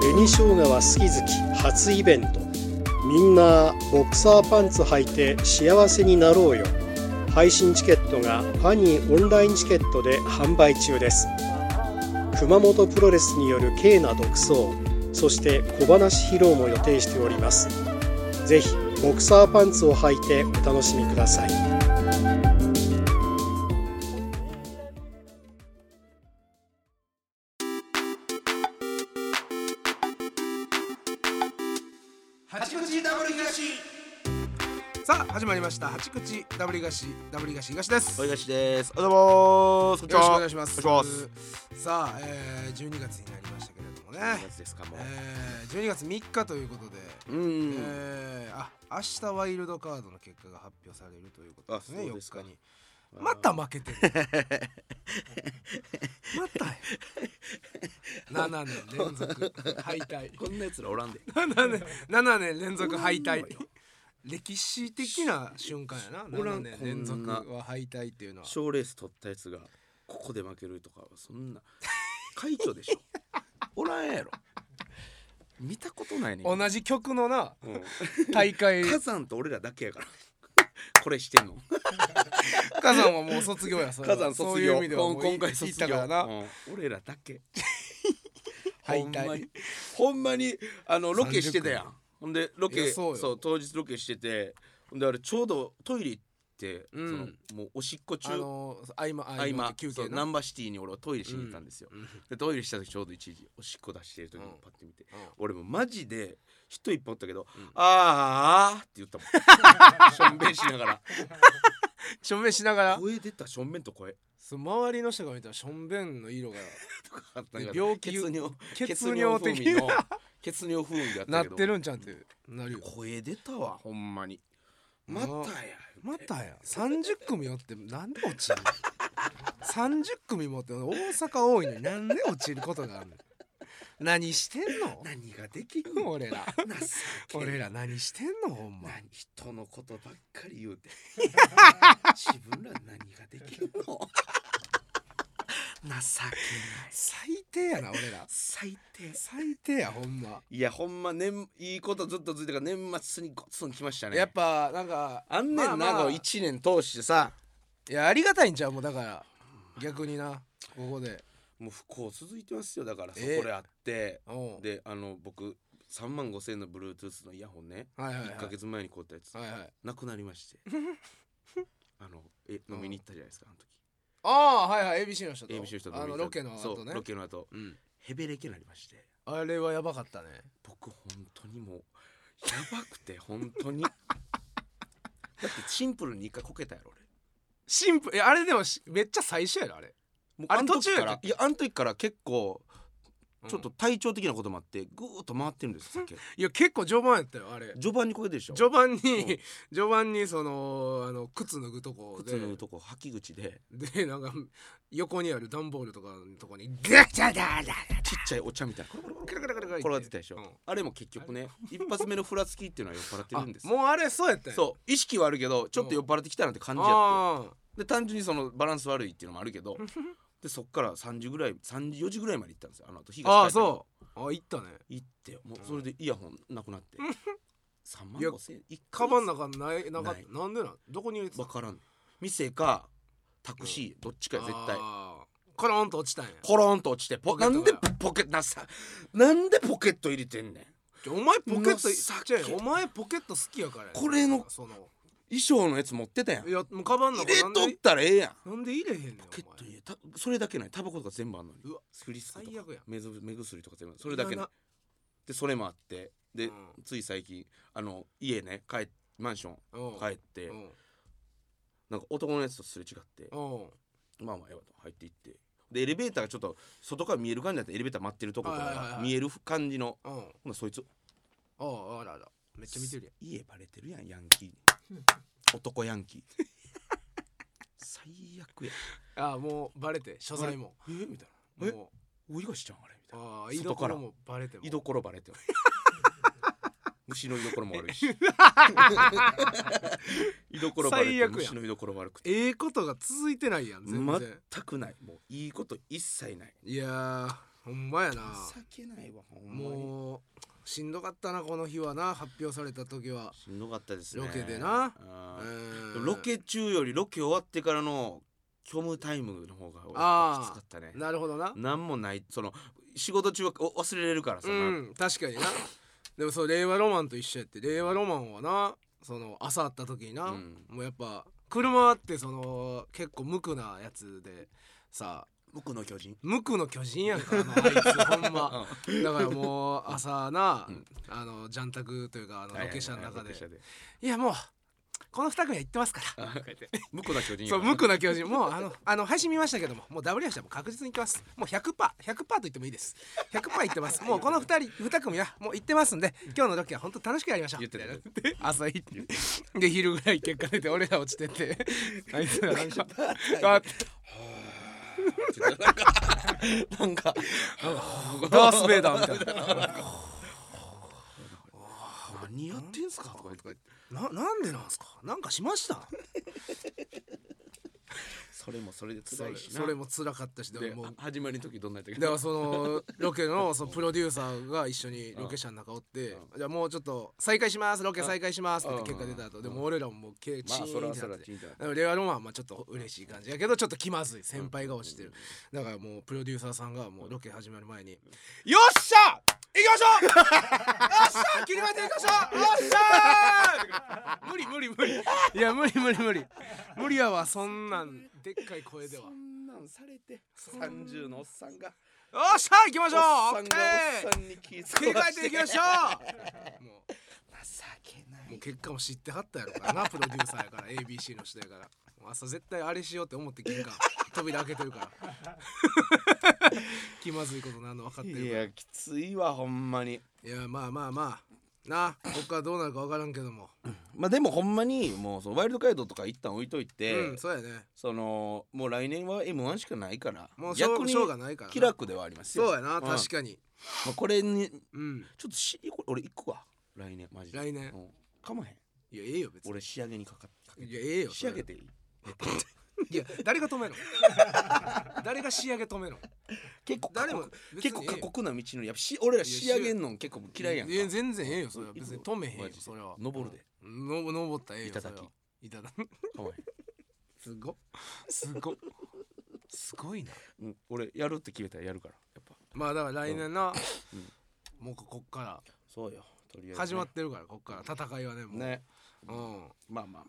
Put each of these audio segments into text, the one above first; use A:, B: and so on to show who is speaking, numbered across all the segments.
A: 紅生姜は好き好き初イベントみんなボクサーパンツ履いて幸せになろうよ配信チケットがファニーオンラインチケットで販売中です熊本プロレスによる軽な独走そして小話披露も予定しておりますぜひボクサーパンツを履いてお楽しみください
B: 八口ダブル東
C: さあ始まりました八口ダブリガシダブリガシ東です
B: お
C: よ
B: いがしですおはようございます
C: ろしくお願いします
B: お願いします
C: さあ、えー、12月になりましたけれどもね、
B: やつですかもう
C: えー、12月3日ということで、
B: うーん
C: えー、あ明日ワイルドカードの結果が発表されるということです
B: あ
C: ね
B: そうですか
C: 4日にまた負けてる ま たや7年連続敗退
B: こんなやつらおらんで
C: 7年7年 連続敗退歴史的な瞬間やな
B: おら
C: 7
B: ん
C: 年連続
B: こんな
C: は敗退っていうのは
B: 賞レース取ったやつがここで負けるとかそんな快挙でしょ おらんやろ見たことないねん
C: 同じ曲のな
B: うん
C: 大 会
B: 火山と俺らだけやから これしてんの
C: 火山はもう卒業やそれ
B: 火
C: は
B: 山
C: そう
B: 卒
C: いう
B: 業
C: 意味ではもう
B: 今回卒
C: 行った
B: 業
C: からな
B: うん俺らだけ
C: 敗
B: ほんまに
C: 退
B: ほんまにあのロケしてたや
C: 30
B: んほんでロ
C: い
B: ケ
C: やそうよ
B: 当日ロケしててほんであれちょうどトイレ行って、
C: うん
B: そのもうおしっこ中
C: あのー合間合
B: 合
C: 間
B: 間
C: 休
B: そ
C: 憩
B: うナ
C: な
B: ンバーシティに俺はトイレしに行ったんですよ、
C: うんうん
B: でトイレした時ちょうど一時おしっこ出してる時に
C: うん
B: パッて見て、
C: うん
B: 俺もマジで人一本おったけど「
C: ん
B: あーあー」って言ったもん しょんべんしながら
C: 署名しなが ら
B: 声出たしょんべんと声
C: そう周りの人が見たらしょんべんの色が
B: なんか
C: 病気
B: 血尿
C: 血尿的
B: 血尿風味
C: な
B: の血尿風味だったけど
C: なってるんちゃうんってなるよ
B: 声出たわほんまにま
C: な
B: たや
C: またや30組おってなんで落ちるの ?30 組もって大阪多いのになんで落ちることがあるの何してんの
B: 何ができる
C: 俺ら
B: 情けない
C: 俺ら何してんのほんま
B: 何人のことばっかり言 うて自分ら何ができるの情けない
C: 最低やな俺ら
B: 最低
C: 最低やほんま
B: いやほんま年いいことずっと続いてから年末にごっそん来ましたね
C: やっぱなんか
B: あんねんな、
C: まあまあ
B: こう一年通してさ
C: いやありがたいんちゃうもうだから逆になここで
B: もう不幸続いてますよだからそ
C: ええ
B: こであって、
C: おう
B: であの僕3万5千円の Bluetooth のイヤホンね、
C: はいはいはい
B: 1ヶ月前に買ったやつ、
C: はいはい
B: なくなりまして あのえ飲みに行ったじゃないですかあの時
C: ああはいはい ABC の人と
B: ABC の人と飲
C: あ
B: みに行
C: の
B: った
C: ロケの後
B: そう
C: ね
B: ロケの後
C: うん
B: ヘベレケになりまして
C: あれはやばかったね
B: 僕本当にもうやばくて本当 にだってシンプルに一回こけたやろ俺
C: シンプルいやあれでもしめっちゃ最初やろあれ
B: もう
C: あれ
B: の時
C: 途中やった
B: か
C: っ
B: らいやあの時から結構ちょっと体調的なこともあってぐーっと回ってるんです酒
C: いや結構序盤やったよあれ
B: 序盤にこけてるでしょ
C: 序盤に、
B: ん
C: 序盤にそのあの靴脱ぐとこで
B: 靴のとこ吐き口で
C: でなんか横にある段ボールとかのとこにガチャダダダ
B: ちっちゃいお茶みたいなコロコロコ
C: カ
B: ロ
C: ラカラカラカラ
B: 転がってたでしょ、
C: うん
B: あれも結局ね一発目のふらつきっていうのは酔っ払ってるんです
C: あもうあれそうやったんや
B: そう意識はあるけどちょっと酔っ払ってきたなって感じやって
C: あ
B: で単純にそのバランス悪いっていうのもあるけどでそっから3時ぐらい3時4時ぐらいまで行ったんですよあの後日
C: ーあ
B: が
C: ーそうあ行ったね
B: 行ってよもうそれでイヤホンなく なって3万
C: いや
B: 5千円一
C: カバン
B: な
C: の中ないなかっ
B: ない
C: たなんでなんどこに入れてた
B: 分からん店かタクシー、どっちかや絶対
C: あーコロンと落ちたんや
B: コロンと落ちてポ
C: ポケッ
B: な
C: ト
B: ん
C: が
B: でポケットなさなんでポケット入れてんねん
C: ちょお前ポケット
B: 情け
C: ちゃうやんお前ポケット好きやからや
B: これの
C: その
B: 衣装のやつ持ってたやん
C: い
B: 入
C: やもうカバンの中
B: れ
C: なん
B: とっ
C: で
B: たらええやん
C: なんで入れへんねん
B: ポケッ
C: お
B: ト
C: 前
B: にたそれだけないタバコとか全部あんのに
C: うわ
B: スクリスクと
C: 最悪や
B: か
C: ん
B: 目ず目薬とか全部それだけ
C: いら
B: ない
C: な
B: でそれもあってで、
C: うん
B: つい最近あの家ね帰っマンション
C: うん
B: 帰って
C: うん
B: なんか男のやつとすれ違って
C: うん
B: まあまあええわと入っていってでエレベーターがちょっと外から見える感じだったらエレベーター待ってるとこと
C: はいはいはい
B: か
C: はい
B: 見える感じの
C: うん
B: ほなそいつ
C: あああらあらめっちゃ見てる
B: 家バレてるやんヤンキーに 男ヤンキー最悪や
C: やんああもうバレて所在も
B: えみたいなえ
C: もう
B: おいがしちゃんあれみたいな
C: ああ居
B: 外から
C: 所もバレても
B: 居所バ レてる虫の居所も悪いし居所バレて
C: 最悪やん
B: 虫の居所悪くて
C: ええことが続いてないやん全然
B: 全くないもういいこと一切ない
C: いやーほんまやな
B: 情けないわほんまに
C: もうしんどかったなこの日はな発表された時は
B: しんどかったですね
C: ロケでな
B: うん
C: うん
B: ロケ中よりロケ終わってからの虚無タイムの方が
C: あー
B: きつかったね
C: なるほどな
B: なんもないその仕事中はお忘れれるからさ、
C: う
B: なん
C: 確 かになでもそう令和ロマンと一緒やって令和ロマンはなその朝会った時にな、
B: うん
C: もうやっぱ車ってその結構無垢なやつでさ
B: 僕の巨人
C: 無垢の巨人やんかあのあいつほん ま
B: あ
C: だからもう朝な、
B: うん
C: あのジャンタクというかあのロケ車の中で
B: ロケ車で
C: 「いやもうこの2組は行ってますから」
B: 無垢な巨人
C: そう無垢な巨人もうあの あの配信見ましたけどももう W したもう確実に行きますもう 100%100% と言ってもいいです100%いって ますもうこの2人2組はもう行ってますんで今日のロケは本当楽しくやりましょう
B: 言って たね
C: みいな朝行ってで昼ぐらい結果出て俺ら落ちて てあいつらなんかあ
B: なんか
C: ダース・ベイダー みたい
B: 何やってんすかとか言って
C: なななんでなんすかなんかしました
B: それもそれで辛
C: そ
B: い
C: れ
B: しな
C: それも辛かったしで
B: で
C: ももう
B: あ始まりの時どんなんやったっけ
C: だからそのロケのそのプロデューサーが一緒にロケ車の中おって
B: う
C: 「じゃあもうちょっと再開しますロケ再開します」って言って
B: うん
C: 結果出た後でも俺らももうけチ
B: まあそ
C: ーン
B: ら
C: ってな
B: そら
C: って
B: チーンってなって
C: レアロマンはまあちょっと嬉しい感じやけどちょっと気まずい先輩が落ちてるだからもうプロデューサーさんがもうロケ始まる前に「よっしゃ行きましょうよっしゃ切り替えて行きましょうよっしゃー!」無理無理無理いや無理無理無理無理やわそんなんでっかい声では
B: そ。んなんされて30のおっさんが
C: よっしゃ行きましょう
B: おっ
C: オ
B: さん
C: ッ
B: が
C: ケー
B: おっさんに気
C: 切り
B: 遣
C: 替
B: わ
C: え
B: して
C: いきましょう も
B: 情けな
C: うもう結果も知ってはったやろから なプロデューサーやから ABC の人やからもう朝絶対あれしようって思って玄関 扉開けてるから 気まずいことなんの分かってる
B: い
C: から
B: やきついわほんまに
C: いやまあまあまあなあこっからどうなるか分からんけども
B: まあでもほんまにもうそのワイルドカイドとか一旦置いといて、
C: うんそうやね
B: そのもう来年は m 1しかないから
C: もうしょ
B: 逆
C: う
B: に
C: しょうがないからな
B: 気楽ではありますよ
C: そうやな確
B: に、
C: かに
B: まあ、これに
C: うん
B: ちょっとしこれ俺行くわ来年マジで
C: 来年
B: うんかまへん
C: いやええよ別に
B: 俺仕上げにかかって
C: いやええよ
B: 仕上げ
C: て
B: ていい
C: いや誰が止めろ 誰が仕上げ止めろ
B: 結構
C: 誰も別に
B: 結構
C: ええよ
B: 過酷な道のりやっぱし俺ら
C: いや
B: 仕上げんの結構嫌いやんか
C: いや全然ええよそれは別に
B: 行くわ
C: 止めへんよ
B: マジで
C: それは
B: 登るで
C: うんの登ったらええよ
B: 頂き
C: それはいただ き
B: かまへん
C: すごっすごっすごいな
B: うん俺やるって決めたらやるからやっぱ
C: まあだから来年な、
B: うん
C: もうここっか
B: そうよとりあ
C: ら
B: えずね
C: 始まってるからこっから戦いはねもう
B: ね
C: うん
B: まあまあまあまあ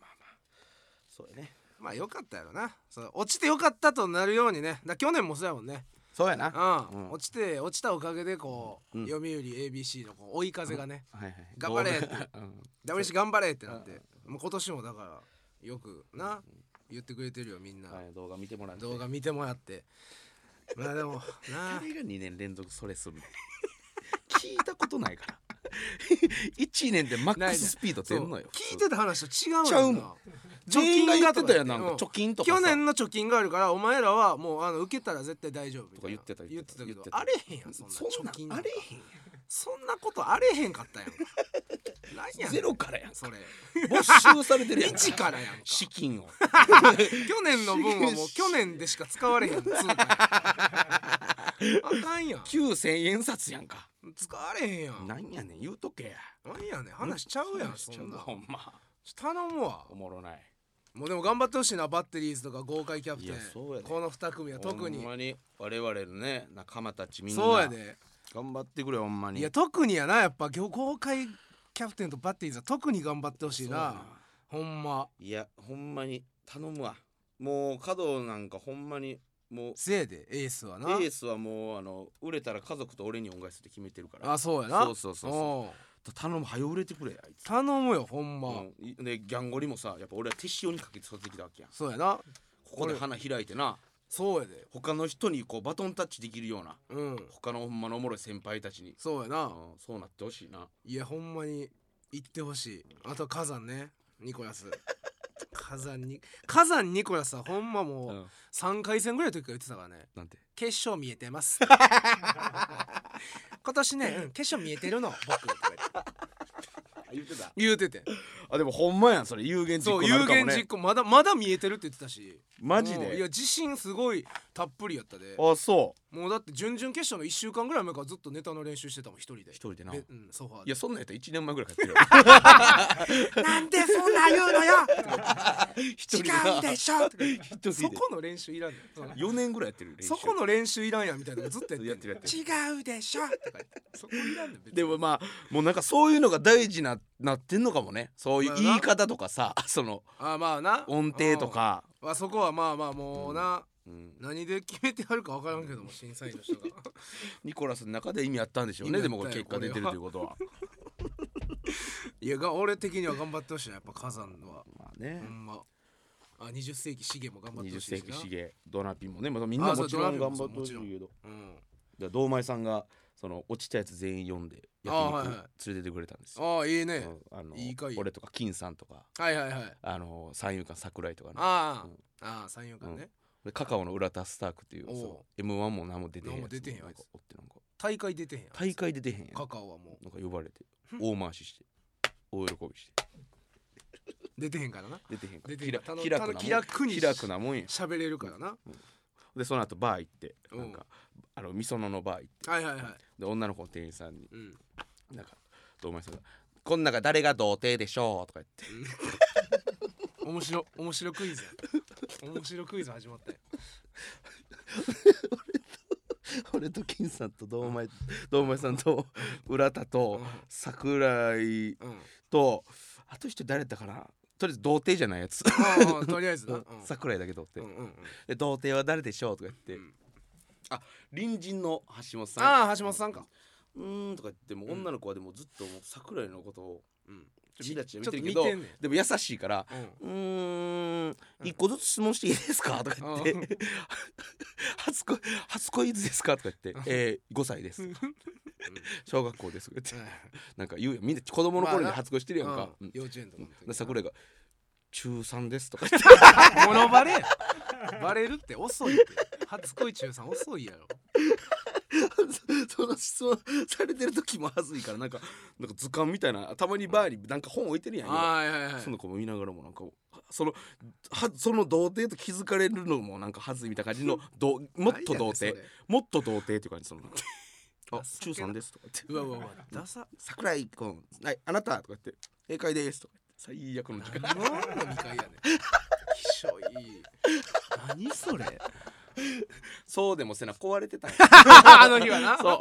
B: そうやね
C: まあよかったやろなそう落ちてよかったとなるようにねだ去年もそうやもんね
B: そうやな
C: う
B: は
C: ん、
B: うん
C: 落ちて落ちたおかげでこう、
B: うん
C: 読売 ABC のこう追い風がね、
B: いはい
C: 頑張れ
B: どうなうん
C: ダブルシ頑張れってなってもう今年もだからよくな言ってくれてるよみんな、
B: はい動画見てもらって
C: 動画見てもらってまあでも なあ
B: 誰が2年連続それするの聞いたことない から1年でマックススピード出んのよ
C: そう聞いてた話と違うのよ
B: ちゃうもん
C: な
B: 全員が言ってたやんなんか
C: うん
B: 貯金とかさ
C: 去年の貯金があるからお前らはもうあの受けたら絶対大丈夫みいな
B: とか言ってた
C: 言
B: 言
C: っ
B: ってて
C: た
B: た
C: けど
B: 言ってた
C: あれへんやんそんな
B: そんな
C: 貯金
B: んあれへん
C: そんなことあれへんかったやんか何やねん
B: ゼロからやん
C: それ
B: 没収されてるやん
C: 一からやんか
B: 資金を
C: 去年の分はもう去年でしか使われへん通貨 やんあかんやん
B: 9000円札やんか
C: 使われへんやん
B: なんやねん言うとけや
C: なんやねん話しちゃうやん そ
B: そ
C: ん
B: んな
C: な
B: ほんま
C: 頼むわ
B: おもろない
C: もうでも頑張ってほしいなバッテリーズとか豪快キャプテン
B: いやそうやで
C: この2組は特
B: ほん
C: に
B: まに我々のね仲間たちみんな
C: そうやで
B: 頑張ってくれほんまに
C: いや特にやなやっぱ業豪快キャプテンとバッテリーズは特に頑張ってほしい
B: そうや
C: なほんま
B: いやほんまに頼むわもう角なんかほんまにもう
C: せいでエースは
B: エ
C: な
B: ースはもうあの売れたら家族と俺に恩返しって決めてるから
C: あそうやな
B: そうそうそうそ
C: おう
B: う頼む早売れてくれあいつ
C: 頼むよほんま、
B: うんいでギャンゴリもさやっぱ俺は手塩にかけて育ってきたわけやんこ
C: そうやな
B: こで花開いてな
C: そうやで
B: 他の人にこうバトンタッチできるような
C: うん
B: 他のほんまのおもろい先輩たちに、
C: そうやな
B: うんそうなってほしいない
C: やほんまに行ってほしいあと火山ねニコラ ス火山に火山ニコラスはほんまもう
B: うん
C: 3回戦ぐらいの時から言ってたからね
B: なんて
C: 決勝見えてます 今年ね、うん、決勝見えてるの僕とか
B: 言ってた
C: 言うてて
B: あでもほんまやんそれ有言実
C: そう
B: 行にな
C: 有
B: るかも
C: 言
B: ね
C: 実行まだまだ見えてるって言ってたし
B: マジ
C: うんい
B: で
C: や自信すごいたっぷりやったで
B: あそう
C: もうだって準々決勝の1週間ぐらい前からずっとネタの練習してたもん一人で
B: 一人でな
C: べうん、ソファー
B: い
C: で
B: やそんなんやったら1年前ぐらいやってるよ
C: なんでそんな言うのよ
B: 一人で
C: 違うでしょ
B: 一人で
C: そこの練習いらんねんうん
B: 4年ぐらいやってる練習
C: そこの練習いらんやんみたいなのずっとやってんねん
B: やってるやって
C: 違うでしょとか言ってそこいらんねん別に
B: でもまあもうなんかそういうのが大事ななってんのかもねそういう言い方とかさ その
C: ああまあな
B: 音程とか、
C: うんあそこはまあまあもうな、
B: うん
C: 何で決めてはるか分からんけども審査員の人が
B: ニコラスの中で意味あったんでしょうね
C: 意味あった
B: でも
C: よ
B: これ結果出てるということは
C: いやが俺的には頑張ってほしいなやっぱ火山は
B: まあね
C: ほ、んまあ20世紀シゲも頑張って
B: 20
C: ほしい
B: 世
C: し
B: 紀
C: な
B: シゲドナピンもね、まあ、みんな
C: あそう
B: もちろん
C: ドナ
B: 頑
C: ピンも
B: 張
C: そう
B: ってほしいけどだか
C: うん
B: ら堂前さんがその落ちたやつ全員呼んで
C: あ
B: 焼肉
C: はいは
B: 連れててくれたんですよ、
C: ああいいね
B: うんあの
C: いい会や
B: 俺とか金さんとか
C: はいはいはい
B: あの三遊間桜井とかね
C: あ
B: うん
C: あああ34巻ね
B: でカカオの浦田スタークっていう
C: おう
B: そう m 1も何も出てへん
C: 何も出てへんやつ
B: かおってなんか
C: 大会出てへんやん
B: 大会で出へんやん
C: カカオはも
B: なんか呼ばれて大回しして大喜びして
C: う出てへんからな
B: 出てへんから
C: 出てへんから
B: 気楽
C: たの
B: 気楽なもん
C: 気楽に
B: 気楽なもんや
C: 喋れるからな
B: でその後バー行って
C: うん
B: なんかあのみそののバー行って
C: はいはいはい
B: で女の子の店員さんに
C: うん
B: なんか堂前さんが「こん中誰が童貞でしょう」とか言って
C: 面白面白クイズや面白クイズ始まったよ
B: 俺と金さんと堂前堂前さんと浦田と
C: うん
B: 桜井
C: うん
B: とあと一人誰だったかなとりあえず童貞じゃないやつ
C: ああとりあえずなうん
B: 桜井だけ童
C: うん
B: 貞、
C: うんうん
B: で童貞は誰でしょうとか言って、
C: うん
B: あ隣人の橋本さん
C: ああ橋本さんか
B: うーんとか言ってもう女の子はでもずっともう桜井のことを
C: うん
B: ちょっと見たち
C: ちょっと
B: 見てるけど
C: 見てんねん
B: でも優しいから
C: うん
B: うーん一個ずつ質問していいですかとか言って
C: うん
B: 初恋初恋いつですかとか言ってえー、5歳です小学校ですとか言ってなんか言うやんみんな子供の頃に
C: まあな
B: 初恋して るやん
C: う
B: か
C: ん、
B: うん
C: 幼稚園とかの時
B: で桜井が中3ですとか言って
C: モノバレやバレるって遅いって初恋中さん遅いやろ
B: その質問されてる時も恥ずいからなんかなんか図鑑みたいなたまにバーになんか本置いてるやん、今
C: はいはいはい
B: その子も見ながらもなんかそのはその童貞と気づかれるのもなんか恥ずいみたいな感じ のどもっと童
C: 何やねんそれ
B: 貞もっと童貞っていう感じその あ
C: 情け
B: 中
C: な
B: さんですとか言って
C: うわうわうわダサ
B: 桜井君はいあなたとか言って正解ですとか言って最悪の時間
C: 何の飲み会やねんひしょい何それ
B: そうでもせな壊れて たんや
C: あの日はな
B: そ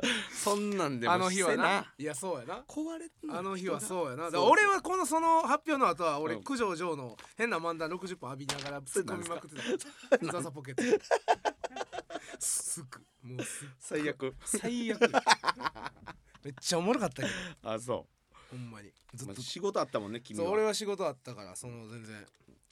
B: う そんなんでも
C: あの日は
B: せ
C: ないやそうやな
B: 壊れてんの
C: あの日は
B: 人が
C: そうやなだか
B: そ
C: ら
B: う
C: 俺はこのその発表の後は俺
B: うん
C: 九条城の変な漫談60分浴びながら突っ込みまくってたザザポケッ トすぐもうすぐ
B: 最悪
C: 最悪めっちゃおもろかったけど
B: あそう
C: ほんまにずっ
B: まあ
C: と
B: 仕事あったもんね君
C: そう俺は仕事あったからその全然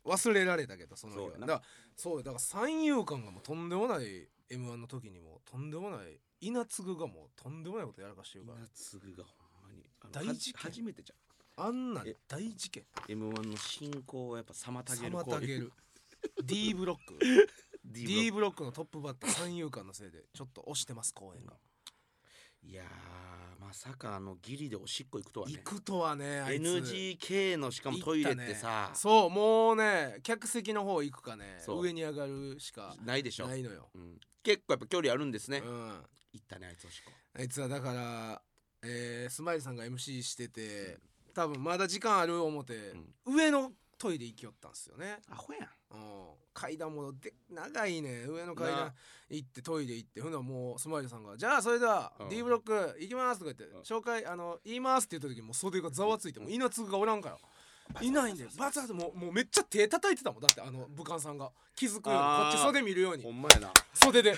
C: 忘れられたけどその日は
B: そうや
C: だ
B: な
C: からそうだから三遊間がもうとんでもない m 1の時にもとんでもない稲継がもうとんでもないことやらかしてるから
B: 夏次がほんまにあの
C: 大事件
B: は初めてじ
C: あんなん
B: え
C: 大事件
B: ゃん M1 の進行をやっぱ妨げる
C: 妨げ る D ブロック
B: D
C: D ブロックのトップバッター三遊間のせいでちょっと押してます公演が
B: いやーまさかあのギリでおしっこ行くとはね
C: 行くとはねあいつ
B: NGK のしかもトイレっ
C: 行
B: てさ
C: ったね、そうもうね客席の方行くかね
B: そう
C: 上に上がるしか
B: ないでしょ
C: ないのよ
B: うん、結構やっぱ距離あるんですね、
C: うん
B: 行ったねあいつおしっこ
C: あいつはだから、えースマイルさんが MC してて多分まだ時間ある思って、上のトイレ行きよったんすよね、
B: アホやん
C: うん、階段もで長いね上の階段
B: な
C: 行ってトイレ行ってほんならもうスマイルさんが「じゃあそれでは
B: うん
C: D ブロック行きます」とか言って
B: う
C: 「
B: ん
C: 紹介あの言います」って言った時もう袖がざわついてもう稲粒がおらんから。いないんだよバツバツもうもうめっちゃ手叩いてたもんだってあの武漢さんが気づくようにこ
B: あー
C: っち袖見るように
B: ほんまやな
C: 袖で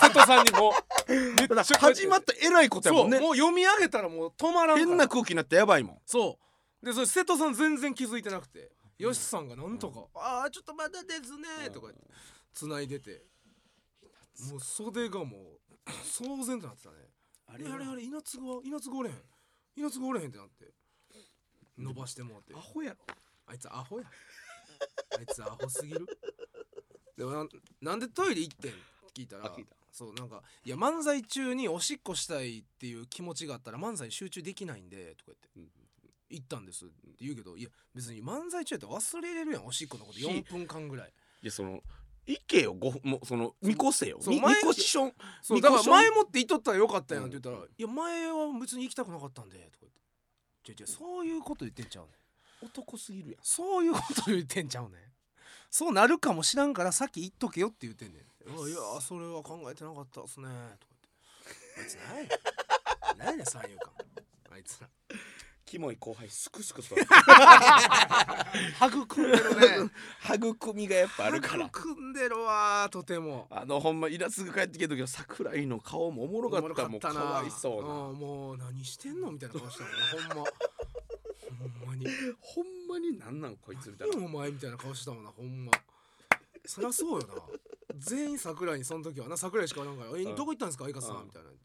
C: 瀬戸さんに もうめっちゃ
B: 始まったえらいことやもんね
C: そうもう読み上げたらもう止まらんから
B: 変な空気になってやばいもん
C: そうでそれ瀬戸さん全然気づいてなくて、よしさんがなんとか「ああちょっとまだですね」とかつないでてもう袖がもう騒然となってたねあれあれあれ稲津が稲津がおれへん稲津がおれへんってなって伸ばしてもうて
B: アホやろ
C: あいつアホやあいつアホすぎるでもなんなんでトイレ行ってんって聞いたら
B: あ聞いた
C: そうなんかいや漫才中におしっこしたいっていう気持ちがあったら漫才に集中できないんでとか言って、行ったんですって言うけどいや別に漫才中やったら忘れれるやんおしっこのこと4分間ぐらい
B: いやその行けよごもうその見越せよ
C: そう
B: み見
C: 前
B: 越しション
C: そう
B: み
C: だ
B: こし
C: か
B: ょ
C: ら前もって言っとったらよかったやんって言ったら「
B: うん
C: いや前は別に行きたくなかったんで」とか言って「じゃじゃそういうこと言ってんちゃうねん
B: 男すぎるやん
C: そういうこと言ってんちゃうねんそうなるかもしらんからさっき言っとけよ」って言ってんねん「いやいやそれは考えてなかったっすね」とか言って「あいつ何やねん何やねん三遊間あいつ ら
B: キモい後輩すくすくと
C: 育ん でるね
B: 育みがやっぱあるから
C: 育んでるわとても
B: あのほんまイラつく帰ってきた時の桜井の顔もおもろかったもうかわいそうな
C: うんもう何してんのみたいな顔したもんねほんまほんまに
B: ほんまになんなんこいつみたいな
C: 何お前みたいな顔してたもんなほんまそりゃそうよな全員桜井にその時はな桜井しかおらんから「え
B: うん
C: どこ行ったんですか相方さ」
B: うんん
C: みたいなんで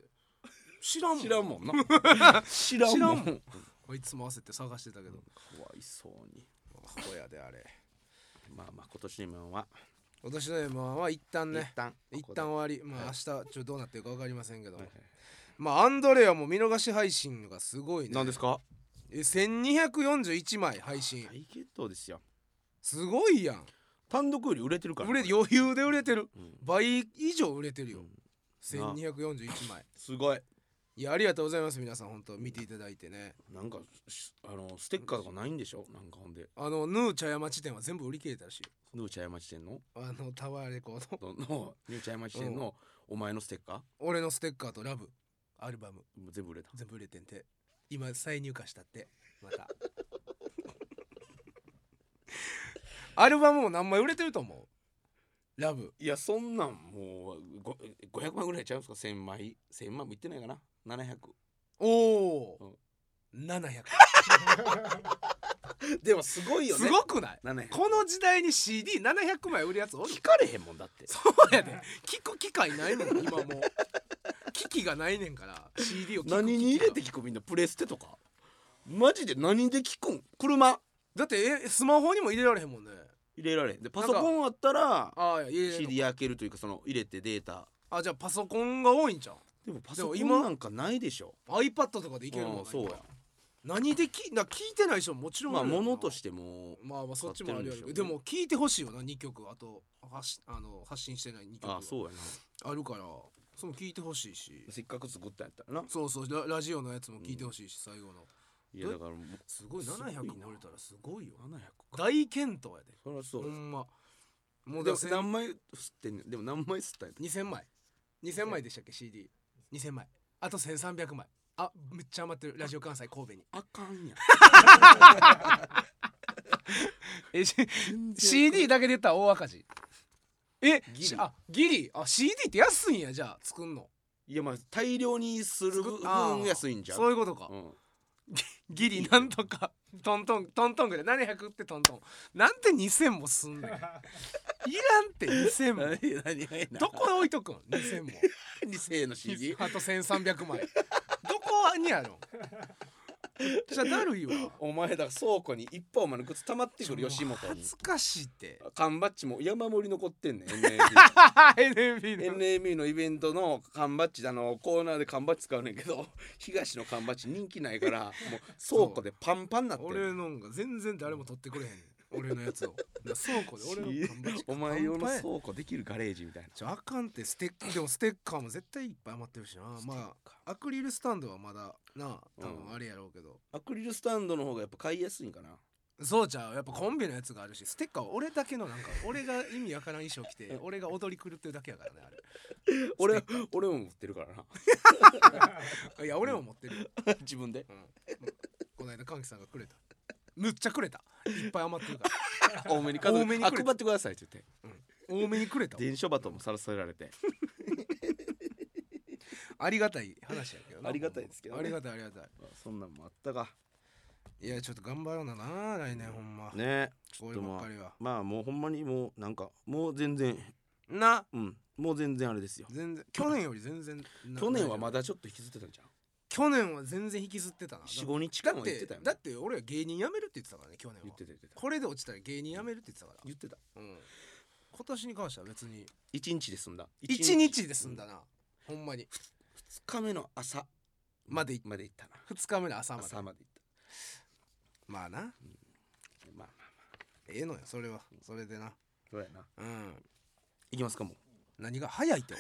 C: 知らんもん
B: 知らんもんな知らんもん
C: 知らんもんこいつも焦って探してたけど
B: かわいそうに
C: こやであれ
B: まあまあ今年の M1 は
C: 今年の m は一旦ね
B: 一旦
C: 一
B: ここで
C: 旦
B: は
C: 終わりまあ
B: は
C: 明日ちょっとどうなってるか分かりませんけども
B: いはい
C: まあアンドレアも見逃し配信がすごいね
B: 何ですか
C: え1241枚配信
B: 大決闘ですよ
C: すごいやん
B: 単独より売れてるから
C: 売れ余裕で売れてる
B: うん
C: 倍以上売れてる
B: う
C: よ
B: ん
C: 1241枚
B: すごい
C: いやありがとうございます皆さん本当見ていただいてね
B: なんかしあのステッカーとかないんでしょなんかほんで
C: あのヌー茶屋町店は全部売り切れたらしいよ
B: ヌーチャヤマチ店の
C: あのタワーレコード
B: ののヌーチャヤマチ店のお前のステッカ
C: 俺のステッカーとラブアルバム
B: ーもう全部売れた
C: 全部売れてんて今再入荷したってまた アルバムも何枚売れてると思うラブ
B: いやそんなんもうご500枚ぐらいちゃうんですか1000枚1000枚もいってないかな700
C: おお、700
B: でもすごい
C: すごくない
B: 700
C: この時代に CD700 枚売るやつおる
B: 聞かれへんもんだっ て
C: そうやで聞く機会ないもん今 もう機器がないねんから CD を聞く機器が
B: 何に入れて聞くみんなプレステとかマジで何で聞くん車
C: だってえスマホにも入れられへんもんね
B: 入れられへんでパソコンあったら
C: ああいやいや
B: CD 開けるというかその入れてデータ
C: あじゃあパソコンが多いんじゃん
B: でもパソコ
C: でも今
B: ンなんかないでしょ
C: iPad とかでいけるもん
B: う
C: なん
B: そうや
C: 何できな聞いてない人ももちろん
B: まあ物と
C: て
B: しても
C: まあまあそっちもあるやろうけどで
B: 買ってるんでしょうね
C: も聞いてほしいよな2曲あと発しあの発信してない2曲
B: あそうやな
C: あるからその聞いてほしいし
B: せっかく作ったんやったらな
C: そうそうララジオのやつも聞いてほしいし、最後の
B: いやだからもう
C: すごい
B: すごい
C: 700
B: な
C: になれたらすごいよ
B: 700か
C: 大健闘やで
B: そりゃそう
C: ほ
B: や
C: んまもう
B: で
C: だ
B: も
C: から
B: 何枚吸ってんねんでも何枚吸ったんやった
C: 2000枚2000枚でしたっけ CD2000 枚あと1300枚あめっちゃ余ってるラジオ関西神戸に
B: あかんやん
C: えし
B: 全然
C: CD だけで言ったら大赤字え
B: ギリ
C: しあギリあ CD って安いんやじゃあ作んの
B: いやまあ大量にする
C: 作っあ
B: 分
C: ー
B: 安いんじゃん
C: そういうことか、
B: うん
C: ギリなんとかトントントントンぐらい700ってトントンなんて2000もすんねんい らんって2000も
B: 何何何
C: どこ置いとくん2000も
B: にせの CD
C: あと1300枚どこに あるんじゃあだるいわ
B: お前だから倉庫に一本前の靴溜まってくる吉本に
C: 恥ずかしいって
B: 缶バッジも山盛り残ってん ねん
C: NMB の
B: NAB のイベントの缶バッジあのコーナーで缶バッジ使うねんけど 東の缶バッジ人気ないからもう倉庫でパンパンになってんねん
C: 俺のんが全然誰も取ってくれへん俺のやつをだから倉庫で 俺の缶バッジ
B: お前用
C: 缶
B: の
C: バッジ
B: 倉庫できるガレージみたいな
C: ちょあかんってステッカーでもステッカーも絶対いっぱい余ってるしなまあアクリルスタンドはまだな多分あれやろうけど、
B: アクリルスタンドの方がやっぱ買いやすいん かな
C: そうじゃうやっぱコンビのやつがあるしステッカーは俺だけの なんか俺が意味わからん衣装着て俺が踊り狂ってるだけやからねあれ
B: 俺俺も持ってるから な
C: いや俺も持ってるよ、
B: 自分で
C: この間歓喜さんがくれたむっちゃくれたいっぱい余ってるか
B: 多めに数え
C: 多めに
B: あ
C: く
B: 配
C: れ
B: ってくださいって言って
C: ら多めにくれた
B: 電書鳩もさらされられて
C: ありがたい話やけどな
B: ありがたいですけどね
C: ありがたいありがたい
B: あそんなんもあったか
C: いやちょっと頑張ろうなな来年ほんま、
B: ねちょっ
C: 俺
B: と
C: ばっ
B: まあ
C: かりは
B: まあもうほんまにもうなんかもう全然
C: な
B: うんもう全然あれですよ
C: 全然去年より全然な
B: 去年はまだちょっと引きずってたんじゃん
C: 去年は全然引きずってたな
B: 45日
C: だ
B: 間
C: っ
B: は言って
C: て
B: たよね
C: だって俺は芸人辞めるって言ってたからね去年は
B: 言ってた言ってた
C: これで落ちたら芸人辞めるって言ってたから、
B: 言ってた
C: うん、今年に関しては別に
B: 1日で済んだ
C: 1日で済んだな、ほんまに
B: 2日目の朝
C: まで行っ
B: まで行ったな
C: 2日目の朝まで
B: 朝まで行っ
C: まあな
B: まあまあま
C: ええのよそれはそれでな
B: あそうやな
C: うん
B: いきますかもう
C: 何が早いって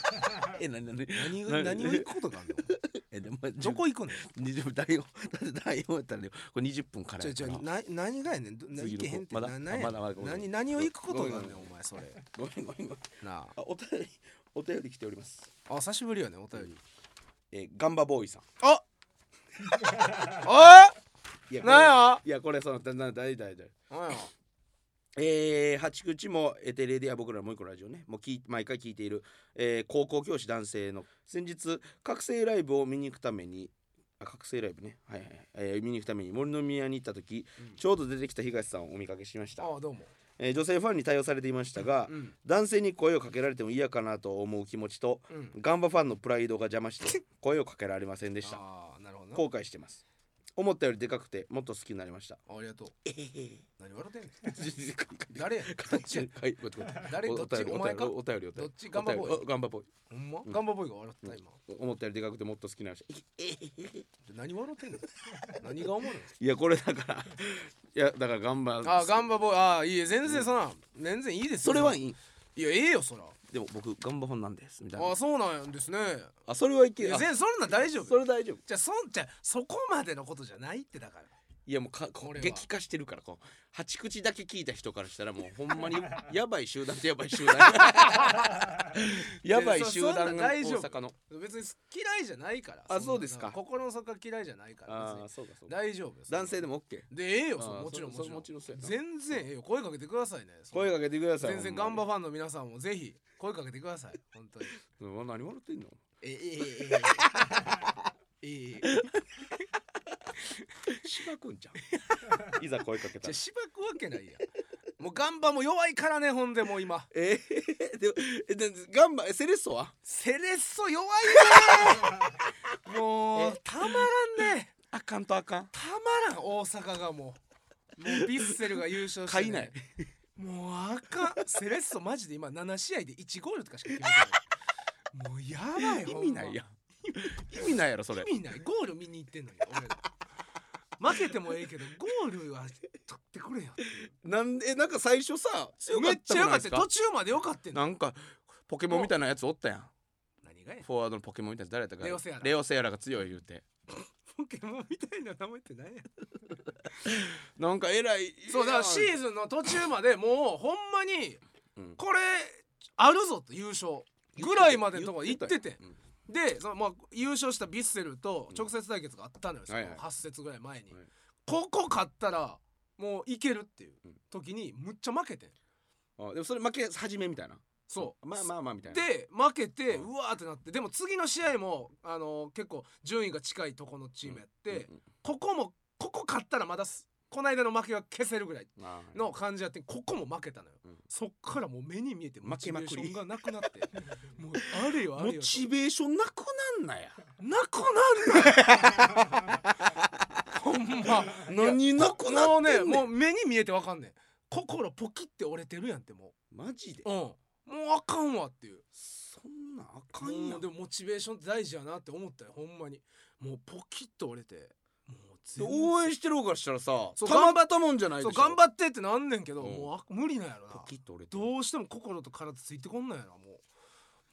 B: え何何
C: お前何が
B: な
C: 何を行くことがあんの
B: えでも
C: どこ行くの
B: 20分代表だって代表やったらねこれ20分から
C: ちょ
B: や
C: いち
B: か
C: ょ
B: ら
C: いな何がやねんどな行
B: 次の子
C: けへんって
B: まだ
C: な
B: あ
C: 何や
B: まだまだごめん
C: 何何を行くことがあんねんお前それ
B: ごめんごめんごめ ん
C: な
B: あお便りお便り来ております
C: ああ久しぶりよねお便り
B: えーガンバボーイさん
C: ああ
B: いやこれ
C: なんや
B: いやこれそのだだだいだいだい
C: なんや
B: えー、八口もエテレでは僕らもう一個ラジオねもう聞い毎回聞いている、えー高校教師男性の先日覚醒ライブを見に行くためにあ覚醒ライブねはいはいはい、えー見に行くために森の宮に行った時、ちょうど出てきた東さんをお見かけしました、
C: あどうも
B: えー女性ファンに対応されていましたが、
C: うん
B: 男性に声をかけられても嫌かなと思う気持ちと、
C: うん
B: ガンバファンのプライドが邪魔して 声をかけられませんでした
C: ああなるほどな
B: 後悔してます思ったよりでかくてもっと好きになりました
C: あありがとう 何笑ってんねん誰
B: 誰
C: やねん どっち やねん
B: はい、こっちこっち
C: 誰
B: お
C: どっち
B: お便り
C: お前か
B: お便りお便りお便り
C: どっちガンバボーイ
B: お便りおガンバボーイ
C: ほんまガンバボーイが笑ってた今
B: 思ったよりでかくてもっと好きな人
C: 何笑ってんの何がおも ろい
B: いやこれだからいやだからガンバ
C: あガンバボーイあいいえ全然そら全然いいです
B: それはい
C: い
B: いん
C: いやええよそら
B: でも僕ガンバファンなんですみたいな
C: あそうなんですね
B: あそれはい
C: い
B: け
C: や
B: あ
C: 全そんなん大丈夫
B: それ大丈夫
C: じゃあそんじゃあそこまでのことじゃないってだから
B: いやもうかこ
C: こ
B: れ
C: れは
B: 激化してるからこう八口だけ聞いた人からしたらもうほんま にやばい集団ってやばい集団やばい集団
C: いやそそ
B: が
C: んな
B: 大
C: 大丈夫
B: 阪の
C: 別に嫌いじゃないから
B: あ
C: んな
B: そうですか
C: 心の底は嫌いじゃないから
B: あ
C: 別
B: あ
C: に
B: そうかそうか
C: 大丈夫です
B: 男性でも OK
C: でええよそ
B: あ
C: う
B: ー
C: もちろんも
B: そそ
C: ちろん
B: もちろんそうやな
C: 全然ええよ声かけてくださいねその
B: 声かけてください
C: 全然ガンバ
B: フ
C: ファンの皆さんもぜひ声かけてください本当に
B: ァン何笑ってんの
C: え えええええ
B: 芝くんじゃ んいざ声かけ
C: じゃ
B: たら
C: あしばくわけないやんもうガンバも弱いからねほんでもう今
B: えー、でもえでガンバえセレッソは
C: セレッソ弱いねもうたまらんね
B: あかんとあかん
C: たまらん大阪がもうもうヴィッセルが優勝して、
B: 買いない
C: もうあかんセレッソマジで今7試合で1ゴールとかしか決めてないもうやばい
B: 意
C: ほんま
B: 味ないやん意味ないやろそれ
C: 意味ないゴール見に行ってんのに俺ら負けてもええけどゴールは取ってくれよっていう
B: なんでえなんか最初さ強か
C: め
B: っ
C: っち
B: た
C: ゃ
B: く
C: よ
B: な
C: か
B: い
C: っ
B: です
C: た
B: か
C: よ途中までよかったの
B: なんかポケモンみたいなやつおったやん
C: 何がや
B: フォワードのポケモンみたいな誰だったか
C: レオセアラ
B: レオセアラが強い言うて
C: ポケモンみたいな名前って何や
B: なんか偉い
C: そうだからシーズンの途中までもうほんまに
B: うん
C: これあるぞと優勝ぐらいまでのとこ行ってて
B: うん
C: でそのまあ優勝したヴィッセルと直接対決があったのよ、その
B: はいはい
C: 8節ぐらい前に、
B: はい
C: ここ勝ったらもういけるっていう
B: うん
C: 時にむっちゃ負けてん
B: あでもそれ負け始めみたいな
C: そう、
B: まあまあまあみたいな
C: で負けて
B: うん
C: うわーってなってでも次の試合も、あのー結構順位が近いとこのチームやって、
B: うんうん
C: ここもここ勝ったらまだすこの間の負けは消せるぐらい
B: あー
C: の感じやってここも負けたのよ、
B: うん
C: そっからもう目に見えて
B: 負
C: モ
B: け
C: チ
B: ま
C: ベ
B: くり
C: ーションがなくなって もうあれよあ
B: モ
C: れよと
B: チベーションなくなんなや
C: なくなんない ほんま
B: 何なくな
C: も
B: っ
C: うね
B: てんねん
C: もう目に見えてわかんねん心ポキって折れてるやんっても
B: マジで
C: ううんもうあかんわっていう
B: そんなんあかん
C: も
B: やん
C: うでもモチベーションって大事やなって思ったよほんまにもうポキッと折れてもう全然
B: 応援してる方からしたらさ
C: そう
B: たまったもんじゃないでし
C: そ
B: ょ
C: う頑張ってってなんねんけど、
B: うん
C: もうあ無理なんやろな
B: ポキッと折れてる
C: どうしても心と体ついてこんなんやなも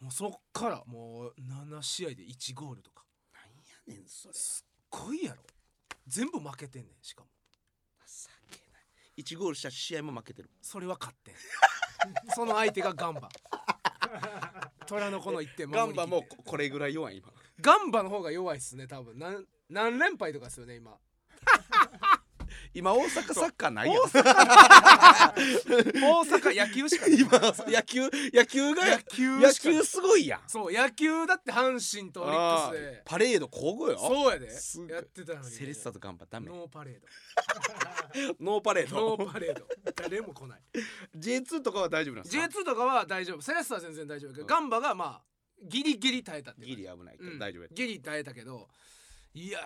C: うもうそっからもう7試合で1ゴールとか
B: なんやねんそれ
C: すっごいやろ全部負けてんねんしかも
B: 情けない1ゴールした試合も負けてる
C: それは勝ってん その相手がガンバ虎の子の1点
B: ガンバも
C: 守
B: う
C: り切って
B: ここれぐらい弱い今
C: ガンバの方が弱いっすね多分なん何連敗とかですよね今
B: 今大阪サッカーない
C: 大
B: やん
C: 阪大阪野球し かない
B: 今野球野球が
C: 野球
B: 野
C: しかない
B: 球すごいやん
C: そう野球だって阪神とオリックス
B: あー
C: で
B: パレード交互よ
C: そうやです
B: ごい
C: やってたのに
B: セレッサとガンバダメ
C: ノーパレード
B: ノーパレー
C: ノ
B: ド
C: ーパレード誰も来 ない
B: J2 とかは大丈夫なんですか
C: J2 とかは大丈夫セレッソは全然大丈夫やけど、
B: うん
C: ガンバがまあギリギリ耐えたっていう
B: ギ
C: か
B: リ危ないけ
C: う
B: ど
C: ん
B: 大丈夫やった
C: ギリ耐えたけどいや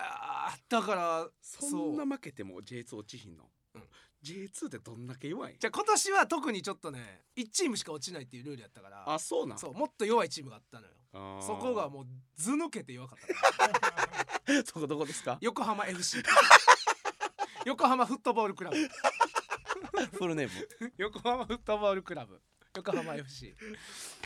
C: ーだから
B: そんな
C: う
B: 負けても J2 落ちひんの
C: うん
B: J2 ってどんだけ弱いん
C: じゃあ今年は特にちょっとね1チームしか落ちないっていうルールやったから
B: あそうなん
C: そうもっと弱いチームがあったのよ
B: あー
C: そこ がもう図抜けて弱かったから
B: そこどこですか
C: 横浜 FC 横浜フットボールクラ ブ
B: フルネーム
C: 横浜フットボールクラブ横浜 FC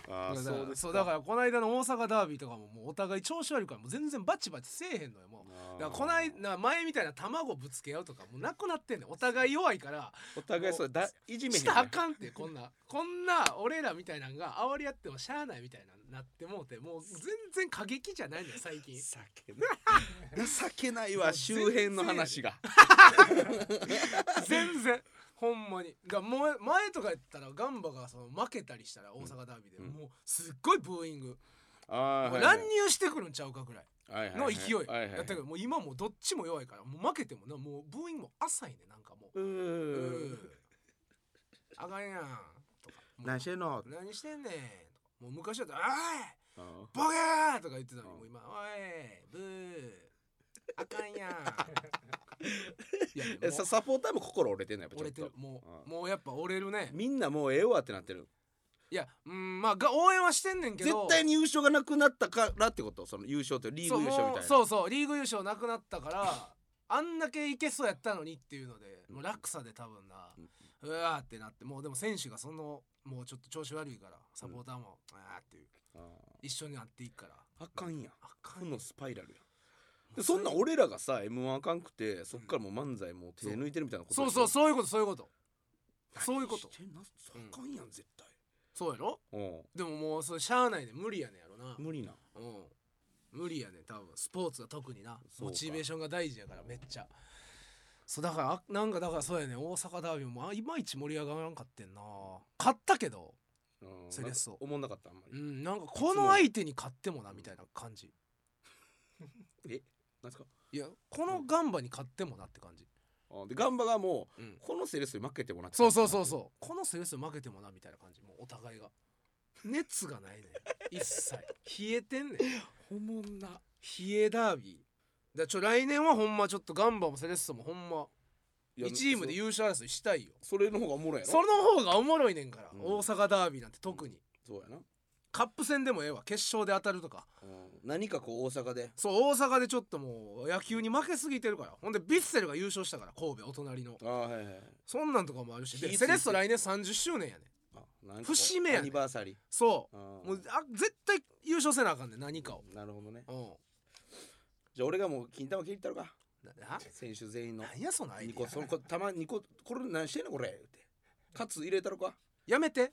B: ああ
C: だから
B: そうです
C: そうだからこの間の大阪ダービーとかももうお互い調子悪いからもう全然バチバチせえへんのよもうだからこないな前みたいな卵ぶつけ合うとかもうなくなってんねんお互い弱いから
B: お互いそうだいじめへん
C: したらあかんってこんなこんな俺らみたいなんがあわりあってもしゃあないみたいななってもうてもう全然過激じゃないのよ最 近
B: 情けない情けない わ周辺の話が
C: 全然ほんまにがもう前とかやったらガンバがその負けたりしたら大阪ダービーで、
B: うん
C: もうすっごいブーイング、
B: あ
C: もう乱入してくるんちゃうかぐらいの勢いやっ
B: はいは
C: た
B: い
C: けどもう今もうどっちも弱いからもう負けてもなもうブーイングも浅いねなんかも
B: う
C: うう
B: ー
C: んあかんやんとかもう
B: 何してんの
C: 何してんねんとかもう昔だったら「おい
B: あ
C: ボケー!」とか言ってたのに
B: うん
C: もう今「おいブーあか んやん」いやいやも
B: え
C: う
B: さサポーターも心折れてんのやっぱ
C: 折
B: ちょ
C: れ
B: って
C: る
B: と
C: も
B: う
C: うもうやっぱ折れるね
B: みんなもうええわってなってる
C: いやうんまあが応援はしてんねんけ
B: 絶
C: ど
B: 対に優勝がなくなったからってことその優勝ってリーグ優勝みたいな
C: そうもうそうそうリーグ優勝なくなったからあんだけいけそうやったのにっていうのでもう落差で多分な
B: う
C: う
B: ん
C: わーってなってもうでも選手がそのもうちょっと調子悪いからサポーターもあーっていう
B: あ
C: 一緒になっていくから
B: ーあかんやん
C: あか
B: 負
C: んよ
B: のスパイラルやでそんなん俺らがさ m 1あかんくてそっからもう漫才もう手抜いてるみたいなこと
C: そうそうそういうことそういうこと
B: 何
C: そういうこと
B: してんのあかんやん絶対
C: そうやろ
B: うん
C: でももうそれしゃあないで無理やねんやろな
B: 無理な
C: うん無理やね多分スポーツは特にな
B: そうか
C: モチベーションが大事やからめっちゃそうだからあなんかだからそうやね大阪ダービーもあいまいち盛り上がらんかってんな勝ったけど
B: うん
C: セレッソ
B: 思んなかったあんま
C: う
B: り
C: んなんかこの相手に勝ってもなみたいな感じ
B: なんすか
C: いやこのガンバに勝ってもなって感じ、
B: うんでガンバがも
C: う、
B: うんこのセレッソに負けてもらって
C: そうそうそうそうこのセレッソ負けてもなみたいな感じもうお互いが熱が ないねん一切冷えてんねん
B: うほもんな
C: 冷えダービーだからちょ来年はほんまちょっとガンバもセレッソもほんま
B: いや
C: 1チームで
B: そ
C: 優勝争いしたいよ
B: それの方がおもろいやろ
C: その方がおもろいねんから、
B: うん
C: 大阪ダービーなんて特に、
B: そうやな
C: カップ戦でもええわ決勝で当たるとか
B: うん何かこう大阪で
C: そう大阪でちょっともう野球に負けすぎてるからほんでヴィッセルが優勝したから神戸お隣の
B: あーはいはい
C: そんなんとかもあるし
B: 気ぃつ
C: で
B: いて
C: セレッソ来年30周年やねん
B: あなんかこう
C: 節目やね
B: アニバーサリー
C: そ
B: あ
C: う
B: ー
C: もうあ絶対優勝せなあかんねん何かを
B: なるほどね
C: うん
B: じゃあ俺がもう金玉切ったろか
C: なな
B: 選手全員の
C: なんやそのアイディ
B: 二個
C: ア
B: そのこたま二個これ何してんのこれってカツ入れたろか
C: やめて